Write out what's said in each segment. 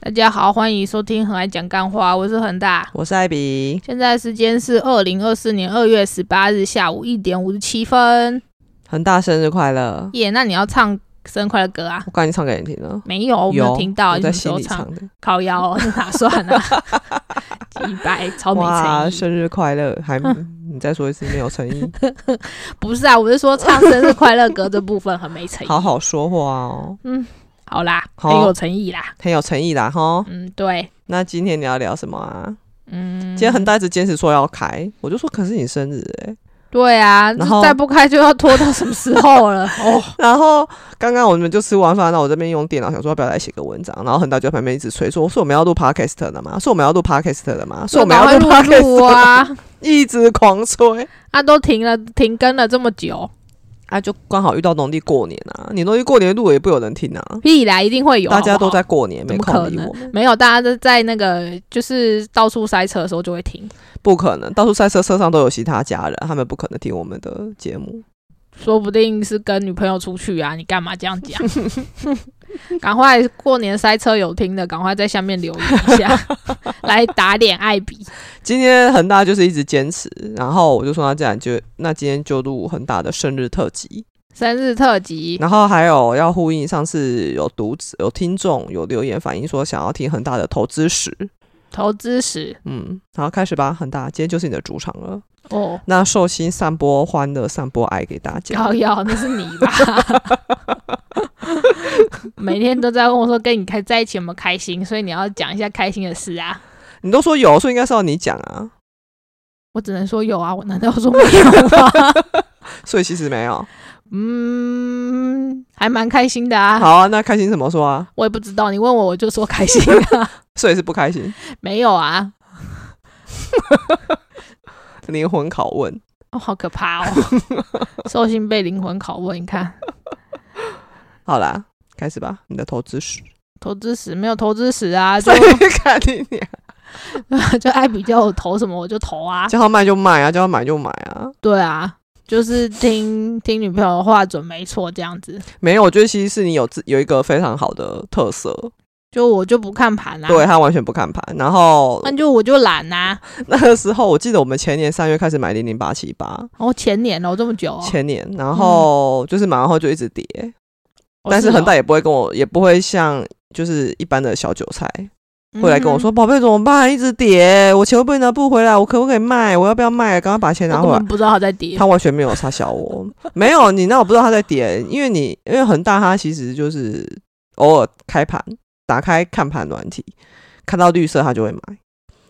大家好，欢迎收听《很爱讲干话》，我是恒大。我是艾比。现在时间是二零二四年二月十八日下午一点五十七分。恒大生日快乐！耶、那你要唱生日快乐歌啊？我刚才唱给你听了，没有，我没有有听到，我你在什么时心候里唱？的。烤腰、 哦，哪算啊？ 几百，哦超没哇，诚意。生日快乐！还你再说一次，没有 诚意，不是啊，我是说唱生日快乐歌这部分很没诚意。 嗯好好说话哦，好啦，好很有诚意啦。很有诚意啦哈。嗯，对，那今天你要聊什么啊？嗯今，天恒大一直坚持说要开，我就说可是你生日哎、对啊，然这后再不开就要拖到什么时候 了？哦，然后刚刚我们就吃完饭，那我这边用电脑想说要不要来写个文章，然后恒大就在旁边一直催说，说我们要录 podcast 的嘛，说我们要录 podcast 的嘛，说我们要赶录快入 podcast，住的嘛、啊！ 一直狂催。啊，都停了，停更了这么久，啊，就刚好遇到农历过年啊，你农历过年录也不有人听啊，屁啦，一定会有，大家好不都好在过年，怎没么空可理能我们，没有，大家都在那个就是到处塞车的时候就会停，不可能，到处赛车车上都有其他家人，他们不可能听我们的节目。说不定是跟女朋友出去啊，你干嘛这样 讲？赶快过年塞车有听的，赶快在下面留言一 下，来打脸艾比。今天恒大就是一直坚持，然后我就说那这样就那今天就录恒大的生日特辑，生日特辑，然后还有要呼应上次有读者、有听众有留言反映说想要听恒大的投资史，投资史嗯，好开始吧，恒大今天就是你的主场了，哦，那寿星散播欢乐，散播爱给大家瑶。瑶那是你 吧？每天都在问我说跟你开在一起有没有开心，所以你要讲一下开心的事啊。你都说有，所以应该是要你讲啊，我只能说有啊，我难道说没有吗？ 所以其实没有。嗯，还蛮开心的啊。好啊，那开心怎么说啊？我也不知道，你问我我就说开心啊，所以是不开心，没有啊，灵魂拷问。哦，好可怕哦！寿星被灵魂拷问，你看好啦，开始吧，你的投资史。投资史没有投资史啊，就所以看你啊 娘，就艾比叫我投什么我就投啊，叫他卖就卖啊，叫他买就买啊。对啊，就是听听女朋友的话准没错，这样子，没有，我觉得其实是你有自有一个非常好的特色，就我就不看盘啊，对，他完全不看盘。然后那就我就懒啊，那个时候，我记得我们前年三月开始买零零八七八，哦，前年哦这么久、哦，前年，然后就是买完后就一直跌，哦但是恒大哦也不会跟我，也不会像就是一般的小韭菜，嗯会来跟我说：“宝贝、怎么办？一直跌，我钱会不会拿不回来？我可不可以卖？我要不要卖？赶快把钱我拿根回来本！”不知道他在跌，他完全没有插小我， 没有你那我不知道他在跌，因为你因为恒大它其实就是偶尔开盘打开看盘软体，看到绿色他就会买，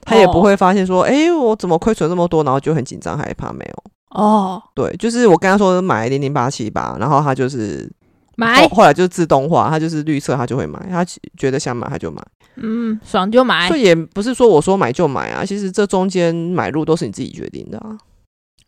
他也哦不会发现说：“诶，我怎么亏损那么多？”然后就很紧张害怕。没有，哦，对，就是我跟他说买零零八七八，然后他就是买后，后来就自动化，他就是绿色他就会买，他觉得想买他就买。嗯，爽就买所以也不是说我说买就买啊，其实这中间买入都是你自己决定的啊。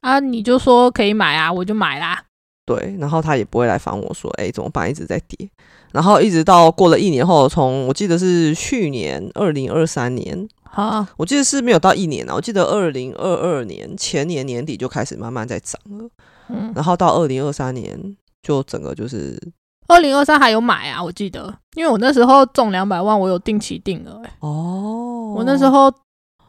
啊，你就说可以买啊，我就买啦。对，然后他也不会来烦我说，哎、怎么办？一直在跌，然后一直到过了一年后，从我记得是去年二零二三年，好，我记得是没有到一年啊，我记得二零二二年前年年底就开始慢慢在涨了，嗯，然后到二零二三年就整个就是二零二三还有买啊，我记得，因为我那时候中两百万，我有定期定额、欸哦我那时，候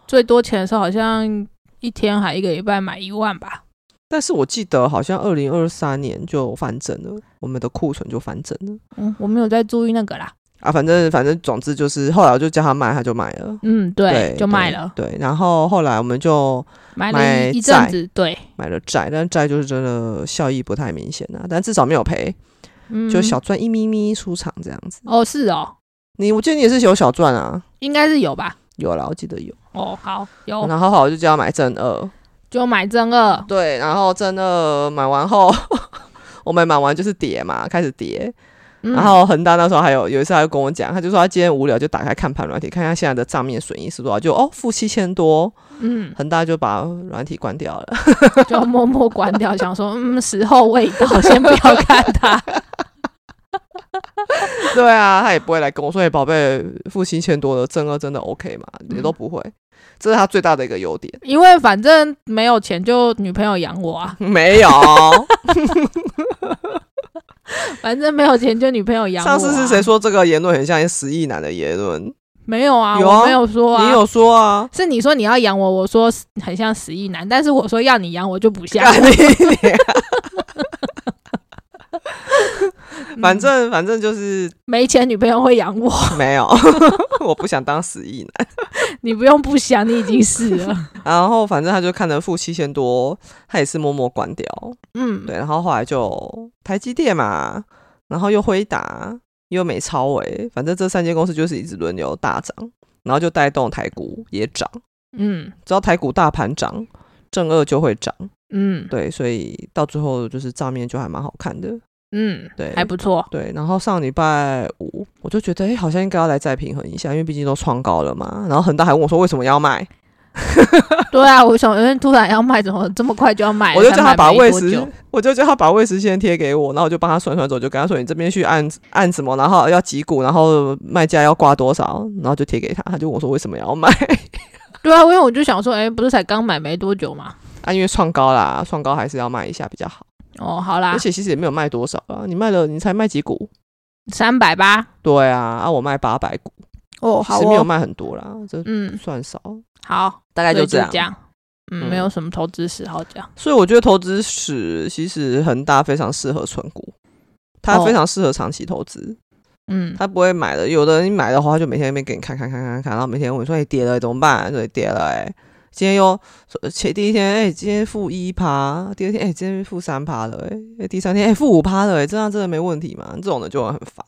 最多钱的时候好像一天还一个礼拜买一万吧。但是我记得好像二零二三年就翻正了，我们的库存就翻正了。嗯，我没有在注意那个啦。啊，反正反正，总之就是后来我就叫他卖，他就卖了，嗯，对，就卖了，对。对，然后后来我们就买了买一一债阵子，对，买了债，但债就是真的效益不太明显啊，但至少没有赔，嗯，就小赚一咪咪出场这样子。哦，是哦，你我记得你也是有小赚啊，应该是有吧。有啦，我记得有。哦，好，有然后后来我就叫他买正二，就买正二，对，然后正二买完后。 我们买完就是跌嘛，开始跌。嗯然后恒大那时候还有有一次，他就跟我讲，他就说他今天无聊就打开看盘软体，看一下现在的账面损益是多少，就哦负七千多，嗯，恒大就把软体关掉了。 就默默关掉，想说嗯，时候未到，先不要看它。对啊，他也不会来跟我说：“哎、宝贝，付七千多的正二真的 OK 吗？”也都不会，这是他最大的一个优点。因为反正没有钱，就女朋友养我啊。 没有，反正没有钱，就女朋友养我、啊。啊上次是谁？说这个言论很像十亿男的言论？没有啊，有啊我没有说啊，你有说啊？是你说你要养我，我说很像死意男，但是我说要你养我就啊不 像，干哎你娘！ 嗯反正反正 就是没钱女朋友会养我， 没有， 我不想当死意男。你不用不想，你已经是 了，然后反正他就看了负七千多，他也是默默关掉。嗯，对，然啊后后来就台积电嘛，然后又辉达，又美超伟，反正这三间公司就是一直轮流大涨，然后就带动台股也涨。嗯只要台股大盘涨，正二就会涨。嗯对，所以到最后就是账面就还蛮好看的。嗯，对，还不错，对，然后上礼拜五我就觉得，哎、好像应该要来再平衡一下，因为毕竟都创高了嘛。然后恒大还问我说为什么要卖，对啊，我想，嗯，突然要卖，怎么这么快就要卖了？我就叫他才把买没位多时久，我就叫他把位时先贴给我，然后我就帮他算算走，就跟他说你这边去按按什么，然后要几股，然后卖价要挂多少，然后就贴给他。他就问我说为什么要卖 对啊，因为我就想说，哎，不是才刚买没多久嘛，啊？因为创高啦，创高还是要卖一下比较好，哦，好啦而，且其实也没有卖多少啊，你卖了你才卖几股？三百八，对啊，啊我卖八百股，哦，其实没有，卖很多啦，这嗯，算少，好，大那概这这样。嗯，嗯没有什么投资史好讲，所以我觉得投资史其实恒大非常适合存股，它哦非常适合长期投资。嗯，他不会买的。有的人你买的话，他就每天在那边给你看看看看看，然后每天问你说：“哎、跌了怎么办？”对，跌了哎、今天又说前第一天哎、今天负一趴，第二天哎、今天负三趴了哎、哎第三天哎负五趴了哎、这样真的没问题吗？这种的就很烦，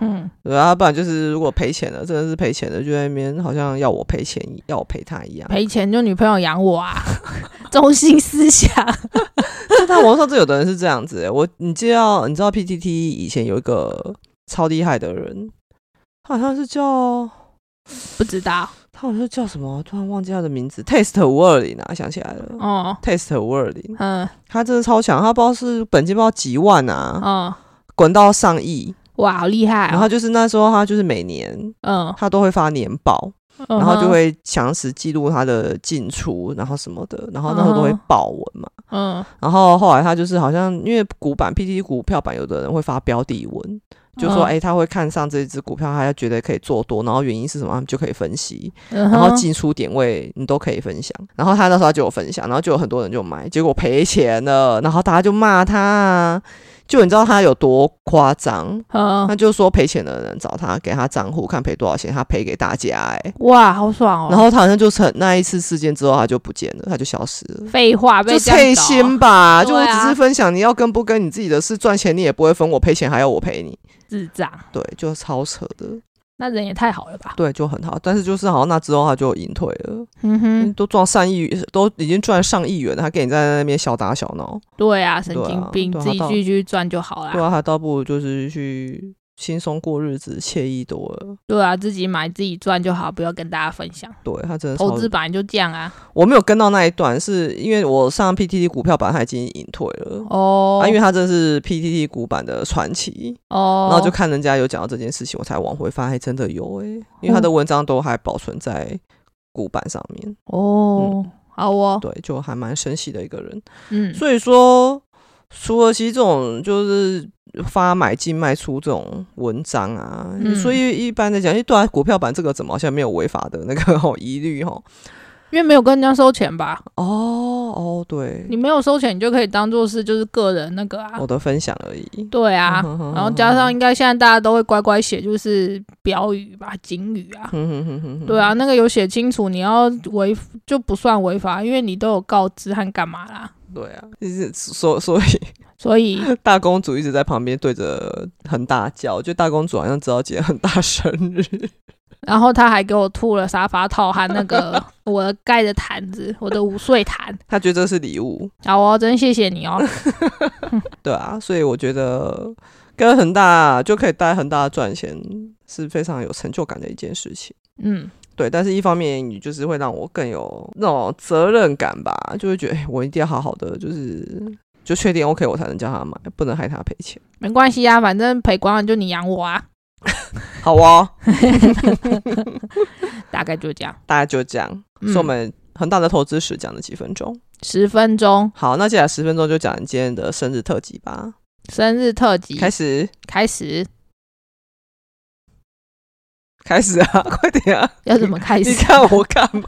嗯，对啊，不然就是如果赔钱了，真的是赔钱了，就在那边好像要我赔钱，要我赔他一样。 赔钱就女朋友养我啊， 中心思想，但我说这有的人是这样子、欸，我你知道你知道 PTT 以前有一个超厉害的人，他好像是叫不知道，他好像叫什么，啊突然忘记他的名字。Test 五二零啊，想起来了、哦， t e s t 五二零，嗯他真的超强，他不知道是本金不知道几万啊，嗯，滚到上亿。哇，好厉害然哦，后就是那时候他就是每年嗯，他都会发年报，然然后就，会详实记录他的进出，然后什么的，然后那时候都嗯会哼报文嘛。嗯然后后来他就是好像因为股版 PT 股票版，有的人会发标的文，就说嗯哎、诶他会看上这只股票，他觉得可以做多，然后原因是什么，他们就可以分析。嗯哼，然后进出点位你都可以分享。然后他那时候他就有分享，然后就有很多人就买，结果赔钱了，然后大家就骂他啊，就你知道他有多夸张？嗯，他就说赔钱的人找他，给他账户看赔多少钱，他赔给大家、欸。哇，好爽哦，然后他好像就是很那一次事件之后，他就不见了，他就消失了。废话就被这退样搞啊心吧，就对我啊只是分享，你要跟不跟你自己的事，赚钱你也不会分我，赔钱还要我赔你，智障，对，就超扯的，那人也太好了吧，对，就很好。但是就是好像那之后他就隐退了，嗯嗯哼，都赚上亿，都已经赚上亿元了，还给你在那边小打小闹，对啊，神对啊经病，对啊自己到继续赚就好对啦，啊，还倒不如就是去轻松过日子，惬意多了。对啊，自己买自己赚就好，不要跟大家分享，对他真的超投资，本来就这样啊，我没有跟到那一段，是因为我上 PTT 股票版他已经隐退了。哦啊，因为他真的是 PTT 股版的传奇，哦，然后就看人家有讲到这件事情，我才往回翻，还真的有诶、嗯因为他的文章都还保存在股版上面，哦，好哦，嗯对，就还蛮神奇的一个人。嗯，所以说，除了其实这种就是发买进卖出这种文章啊，嗯所以一般在讲，因为对啊，股票版这个怎么好像没有违法的那个 哦疑虑哦。因为没有跟人家收钱吧，哦哦，对你，没有收钱，你就可以当做是就是个人那个啊，我的分享而已。对啊，哦嗯哼然后加上应该现在大家都会乖乖写，就是标语吧、警语啊，哼哼哼哼哼对啊，，那个有写清楚，你要违就不算违法，因为你都有告知和干嘛啦，对啊，就是所所以 所以大公主一直在旁边对着恒大叫，就大公主好像知道今天恒大生日，然后他还给我吐了沙发套和那个 我的盖的毯子，我的午睡毯，她觉得这是礼物，好哦，真谢谢你哦，对啊，所以我觉得跟恒大就可以带恒大赚钱是非常有成就感的一件事情。嗯，对，但是一方面你就是会让我更有那种责任感吧，就会觉得、哎，我一定要好好的，就是就确定 OK 我才能叫他买，不能害他赔钱，没关系啊，反正赔光了就你养我啊，好哦，大概就这样，大家就这样，嗯是我们恒大的投资史讲了几分钟。十分钟好，那接下来十分钟就讲今天的生日特辑吧，生日特辑开始。开始。开始啊， 快点啊！要怎么开你始？看我干嘛？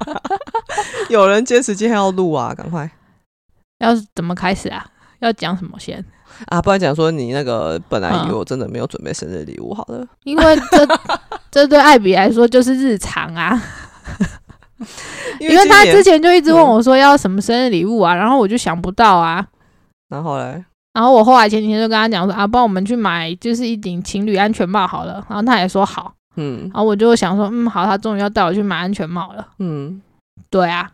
有人坚持今天要录啊，赶快 要怎么开始啊？要讲什么先？啊！不然讲说你那个本来以为嗯我真的没有准备生日礼物，好了，因为这 这对艾比来说就是日常啊，因因为他今年之前就一直问我说要什么生日礼物啊，然后我就想不到啊。然后嘞，然后我后来前几天就跟他讲说啊，帮我们去买就是一顶情侣安全帽好了，然后他也说好，嗯然后我就想说嗯好，他终于要带我去买安全帽了，嗯，对啊，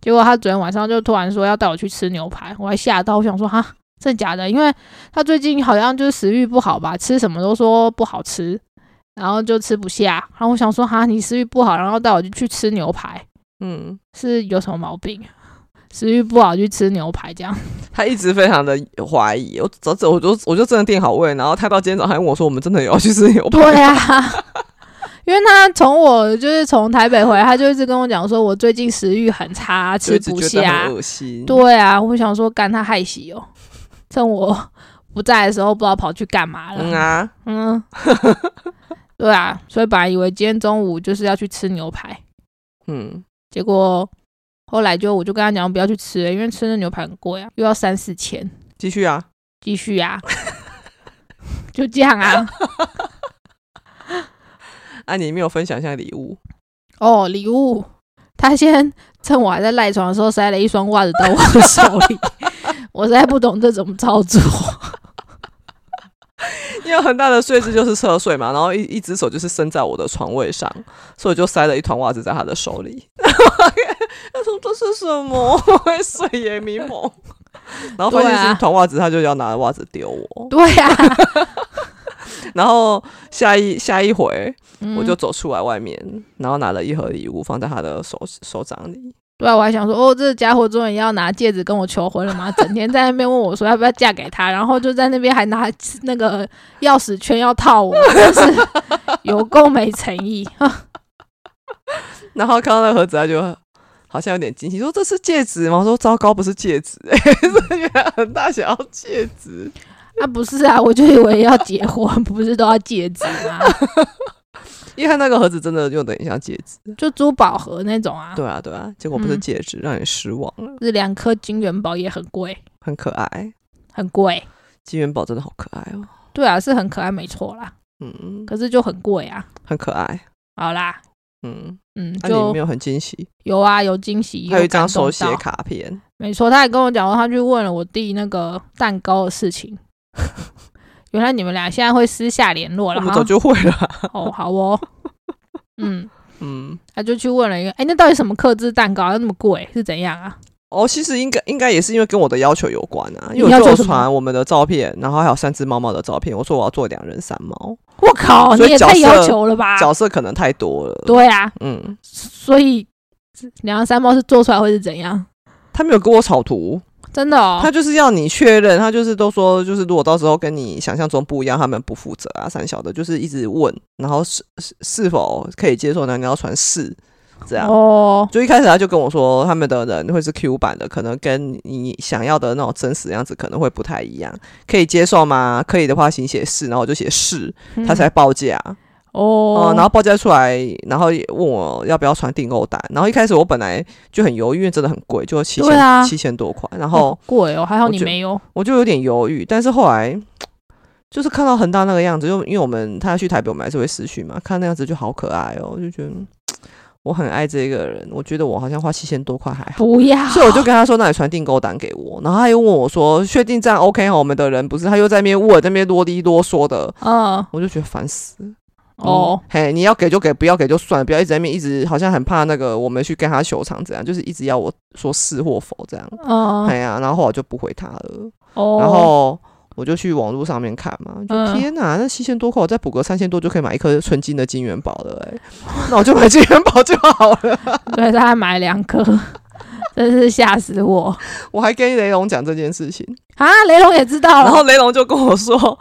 结果他昨天晚上就突然说要带我去吃牛排，我还吓到，我想说哈真的假的？因为他最近好像就是食欲不好吧，吃什么都说不好吃，然后就吃不下，然后我想说哈你食欲不好，然后带我就去吃牛排，嗯，是有什么毛病？食欲不好去吃牛排这 样，他一直非常的怀疑，我早早我就我就真的定好位，然后他到今天早上还问我说，我们真的有要去吃牛排？对啊，因为他从我就是从台北回来，他就一直跟我讲说，我最近食欲很差，就 吃一直不觉得下很。恶心。对啊，我想说干他害喜哦，趁我不在的时候，不知道跑去干嘛嗯了。啊，嗯， 对啊，所以本来以为今天中午就是要去吃牛排，嗯，结果后来就我就跟他讲不要去吃了，因为吃那牛排很贵啊，又要三四千。继续啊，继续啊， 就这样 啊。啊，你没有分享一下礼物？哦，礼物，他先趁我还在赖床的时候塞了一双袜子到我的手里，我实在不懂这怎么操作。 因为很大的睡姿就是侧睡嘛，然后一一只手就是伸在我的床位上，所以我就塞了一团袜子在他的手里。 他说这是什么？ 睡眼迷蒙。然后发现对是一啊团袜子，他就要拿袜子丢 我。对呀、啊，然后下一下一回，嗯我就走出来外面，然后拿了一盒礼物放在他的手手掌里。对啊，我还想说，哦，这家伙终于要拿戒指跟我求婚了吗？整天在那边问我说要不要嫁给他，然后就在那边还拿那个钥匙圈要套我，真是有够没诚意。然后看到那盒子，他就好像有点惊喜，说这是戒指吗？我说糟糕，不是戒指、 欸，是原来很大想要戒指。啊，不是啊，我就以为要结婚，不是都要戒指吗？因为他那个盒子真的有点像戒指。就珠宝盒那种啊，对啊，对啊，结果不是嗯戒指，让人失望了。是两颗金元宝也很贵，很可爱，很贵。金元宝真的好可爱哦。对啊，是很可爱，没错啦。嗯，可是就很贵啊。很可爱。好啦，嗯，嗯，那、你就没有很惊喜？有啊，有惊喜，还有一感张动手写到。卡片，没错，他也跟我讲说，他去问了我弟那个蛋糕的事情。原来你们俩现在会私下联络我了们哈早？就会了。哦，好哦。嗯， 嗯，他就去问了一个，哎，那到底什么克制蛋糕要那么贵是怎样啊？哦，其实应该应该也是因为跟我的要求有关啊，因为你要我求就什么传我们的照片，然后还有三只猫猫的照片，我说我要做两人三猫，我靠，你所以也角太要色求了吧？角色可能太多了。，对啊，嗯，所以两个三猫是做出来会是怎样？他没有跟我草图，真的哦他，就是要你确认，他就是都说，就是如果到时候跟你想象中不一样，他们不负责啊，三小的，就是一直问，然后是 是是否可以接受呢？你要传是这样。哦，就一开始他就跟我说，他们的人会是 Q 版的，可能跟你想要的那种真实的样子可能会不太一样，可以接受吗？可以的话，请写是，然后我就写是，嗯他才报价。哦、哦，然后报价出来，然后也问我要不要传订购单。然后一开始我本来就很犹豫，因为真的很贵，就七对千、啊七千多块。然哦后好贵哦，还好我你觉没有。我就有点犹豫，但是后来就是看到恒大那个样子，就因为我们他去台北，我们还是会失去嘛，看那样子就好可爱哦，我就觉得我很爱这个人，我觉得我好像花七千多块还好。不要，所以我就跟他说：“那你传订购单给我。”然后他又问我说：“确定这样 OK 哈？我们的人不是？”他又在那边问，在那边啰里啰嗦的，嗯我就觉得烦死了。哦，嗯嘿，你要给就给，不要给就算了，不要一直在那边一直好像很怕那个我们去跟他求偿这样，就是一直要我说是或否这样。嗯哎呀、然后后来我就不回他了。哦，然后我就去网络上面看嘛，就嗯天哪，那七千多块，我再补个三千多就可以买一颗纯金的金元宝了、欸， 那我就买金元宝就好了。 对他还买两颗， 真是吓死我我还跟雷龙讲这件事情，啊！雷龙也知道了，然后哦雷龙就跟我说，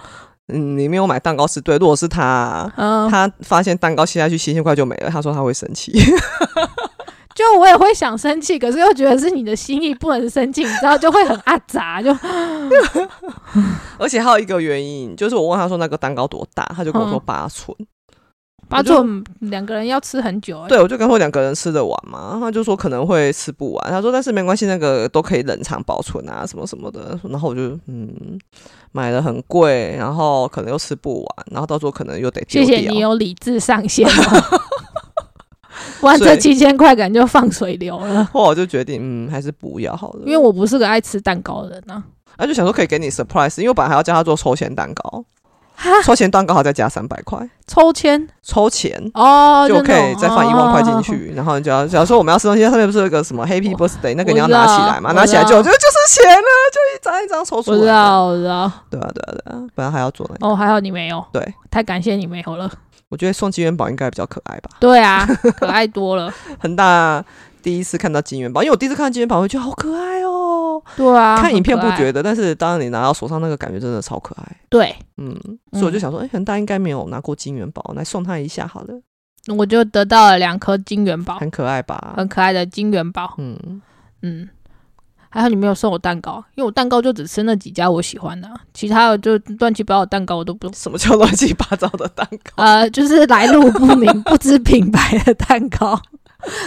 嗯，你没有买蛋糕是对，如果是他。嗯，他发现蛋糕切下去七千块就没了，他说他会生气。 就我也会想生气，可是又觉得是你的心意，不能生气，你知道就会很阿杂，就而且还有一个原因，就是我问他说那个蛋糕多大，他就跟我说嗯八寸。八我就座两个人要吃很久、欸，对，我就跟我两个人吃得完嘛，他就说可能会吃不完，他说但是没关系，那个都可以冷藏保存啊，什么什么的。然后我就嗯，买的很贵，然后可能又吃不完，然后到时候可能又得丢谢掉。谢你哦有理智上 线哦。不然所这以七千块感觉就放水流了，后来我就决定嗯，还是不要好了，因为我不是个爱吃蛋糕的人啊。啊就想说可以给你 surprise，因为我本来还要叫他做抽签蛋糕，哈，抽签蛋糕还要再加三百块，抽签抽钱。哦，就那可以种再放一万块进。哦去，然后你就要假如说我们要吃东西，它上面不是有一个什么 Happy Birthday 那个你要我知道拿起来嘛，我拿起来知就道就就是钱了，就一张一张抽出哦我来。知道，我知道。对啊，对啊，对啊，本来还要做呢。哦，还好你没有。对，太感谢你没有了。我觉得送金元宝应该比较可爱吧，对啊，可爱多了。恒大第一次看到金元宝，因为我第一次看到金元宝，我觉得好可爱哦。对啊，看影片不很可爱觉得，但是当你拿到手上那个感觉真的超可爱。对，嗯，所以我嗯就想说，哎、恒大应该没有拿过金元宝，来送他一下好了，我就得到了两颗金元宝，很可爱吧？很可爱的金元宝。嗯，嗯，还好你没有送我蛋糕，因为我蛋糕就只吃那几家我喜欢的啊，其他的就乱七八糟的蛋糕我都不。什么叫乱七八糟的蛋糕？呃，就是来路不明、不知品牌的蛋糕，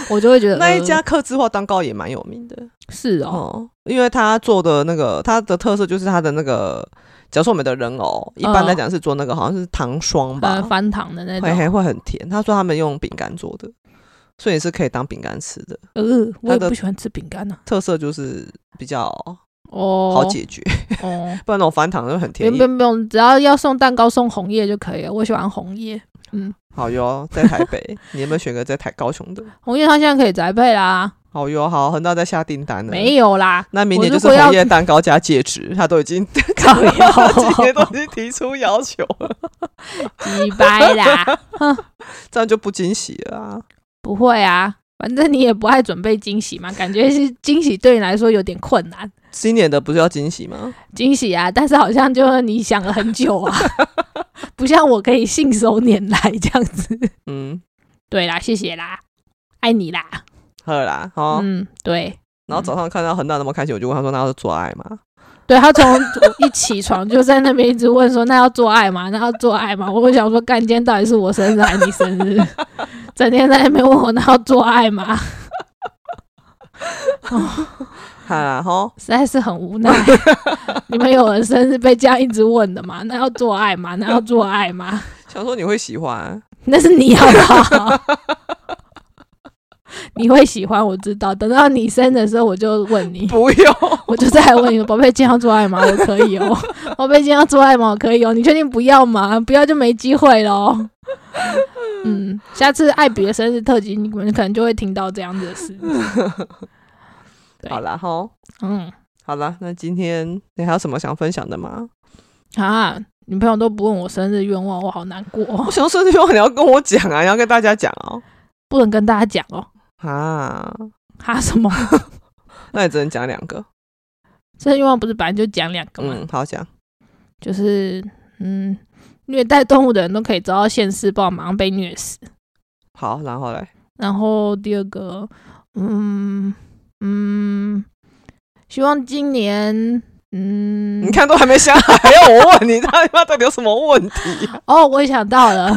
我就会觉得那一呃家客制化蛋糕也蛮有名的是哦，哦，因为他做的那个它的特色就是它的那个，假如说我们的人偶，一般来讲是做那个好像是糖霜吧，嗯呃，翻糖的那会种，还会很甜。他说他们用饼干做的，所以也是可以当饼干吃的。呃，我它也的不喜欢吃饼干啊呢。特色就是比较哦，好解决，哦， 不然那种翻糖就很不甜用。不用不用，只要要送蛋糕送红叶就可以了。我喜欢红叶，好哟，在台北，你有没有选个在台高雄的？红叶它现在可以宅配啦，好哟，好，恒大在下订单了。没有啦，那明年我就如是果要红叶蛋糕加戒指，他都已经靠他今年都腰已经提出要求了，鸡掰啦，这样就不惊喜了啊。不会啊，反正你也不爱准备惊喜嘛，感觉是惊喜对你来说有点困难。今年的不是要惊喜吗？惊喜啊，但是好像就是你想了很久啊，不像我可以信手拈来这样子。嗯，对啦，谢谢啦，爱你啦，好了啦，好。嗯，对，然后早上看到恒大那么开心，我就问他说：“那要做爱吗对他从我一起床就在那边一直问说，那要做爱吗？那要做爱吗？我想说，干，今天到底是我生日还是你生日？整天在那边问我那要做爱吗？？”好啦，吼，实在是很无奈。你们有人生日被这样一直问的吗？那要做爱吗？那要做爱吗？想说你会喜 欢，那是你好不好？你会喜欢，我知道。等到你生的时候，我就问你，不用。我就再来问你，宝贝，今天要做爱吗？我可以哦。宝贝，今天要做爱吗？我可以哦。你确定不要吗？不要就没机会喽。嗯，下次艾比的生日特辑，你们可能就会听到这样子的事。对好啦，吼，嗯，好啦，那今天你还有什么想分享的吗？啊，女朋友都不问我生日愿望，我好难过哦、我想说，这句话你要跟我讲啊，你要跟大家讲哦。不能跟大家讲哦。啊，哈什 么？那你只能讲两个。这愿望不是本来就讲两个吗？嗯，好讲。就是嗯，虐待动物的人都可以遭到现世报，马上被虐死。好，然后嘞，然后第二个，嗯嗯，希望今年嗯你，看都还没想好，还要我问你，他他妈到底有什么问题啊？哦，我也想到 了，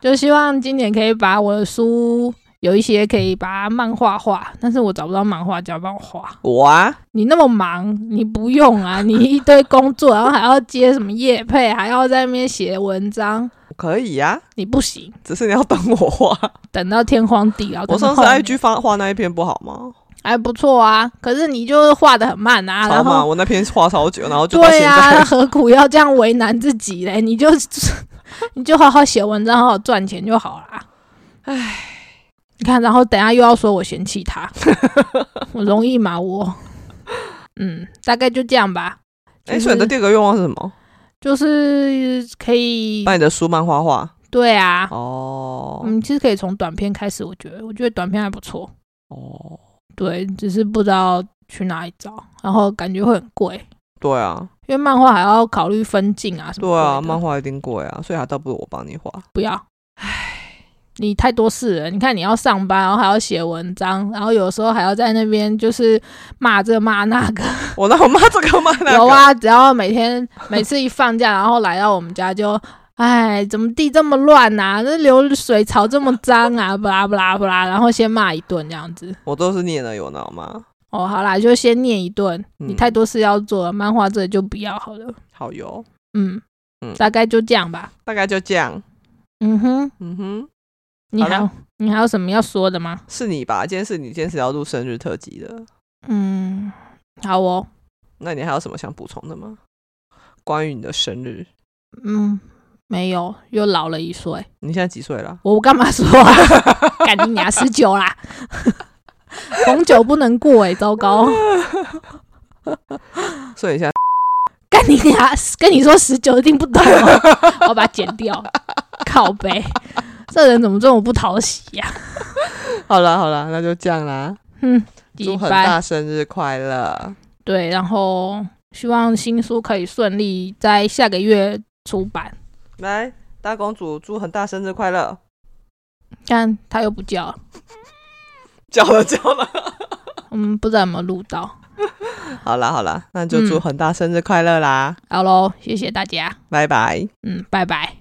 就希望今年可以把我的书。有一些可以把它漫画画，但是我找不到漫画家帮我画。我啊，你那么忙，你不用啊，你一 堆工作，然后还要接什么业配，还要在那边写文章，可以呀、你不行。只是你要等我 画。等到天荒地老，我等到上次后面 IG 发画那一篇不好吗？还不错啊，可是你就是画的很慢啊，超然慢，后我那篇画超久，然后就到现对啊，在。何苦要这样为难自己嘞？你就 你就好好写文章，好好赚钱就好啦。唉，你看，然后等一下又要说我嫌弃他，我容易吗？我，嗯，大概就这样吧。哎、所以你的第二个愿望是什么？就是可以把，你的书漫画画。对啊，哦、嗯，其实可以从短片开始，我觉得，我觉得短片还不错。哦，对，只是不知道去哪里找，然后感觉会很贵，对啊，因为漫画还要考虑分镜啊什么对鬼的。啊，漫画一定贵啊，所以还倒不如我帮你画。不要，你太多事了。你看你要上班，然后还要写文章，然后有时候还要在那边就是骂这骂那个。我 那我妈这个骂那个，有，啊，只要每天每次一放假，然后来到我们家就。哎，怎么地这么乱呐、那流水槽这么脏啊， 不啦不啦不啦，然后先骂一顿这样子。我都是念了有脑嘛，哦，好啦，就先念一顿。你嗯太多事要做了，漫画这里就不要好了。好油，嗯，嗯大概就这样吧。大概就这样。嗯哼，嗯哼，你好还啦有你还有什么要说的吗？是你吧？今天是你坚持要录生日特辑的，嗯，好哦。那你还有什么想补充的吗？关于你的生日，嗯，没有，又老了一岁。你现在几岁了？我干嘛说啊？ 赶紧拿十九啦！ 逢九不能过哎、糟糕！所以你现在干你娘！跟你说十九一定不懂哦， 我把它剪掉。靠背，这人怎么这么不讨喜啊呀、 好了好了，那就这样啦。嗯，祝礼恒拜大生日快乐！对，然后希望新书可以顺利在下个月出版。来，大公主祝恒大生日快乐！但他又不叫了，叫了叫了。嗯，不知道有没有录到。好啦好啦，那就祝嗯恒大生日快乐啦！好喽，谢谢大家，拜拜。嗯，拜拜。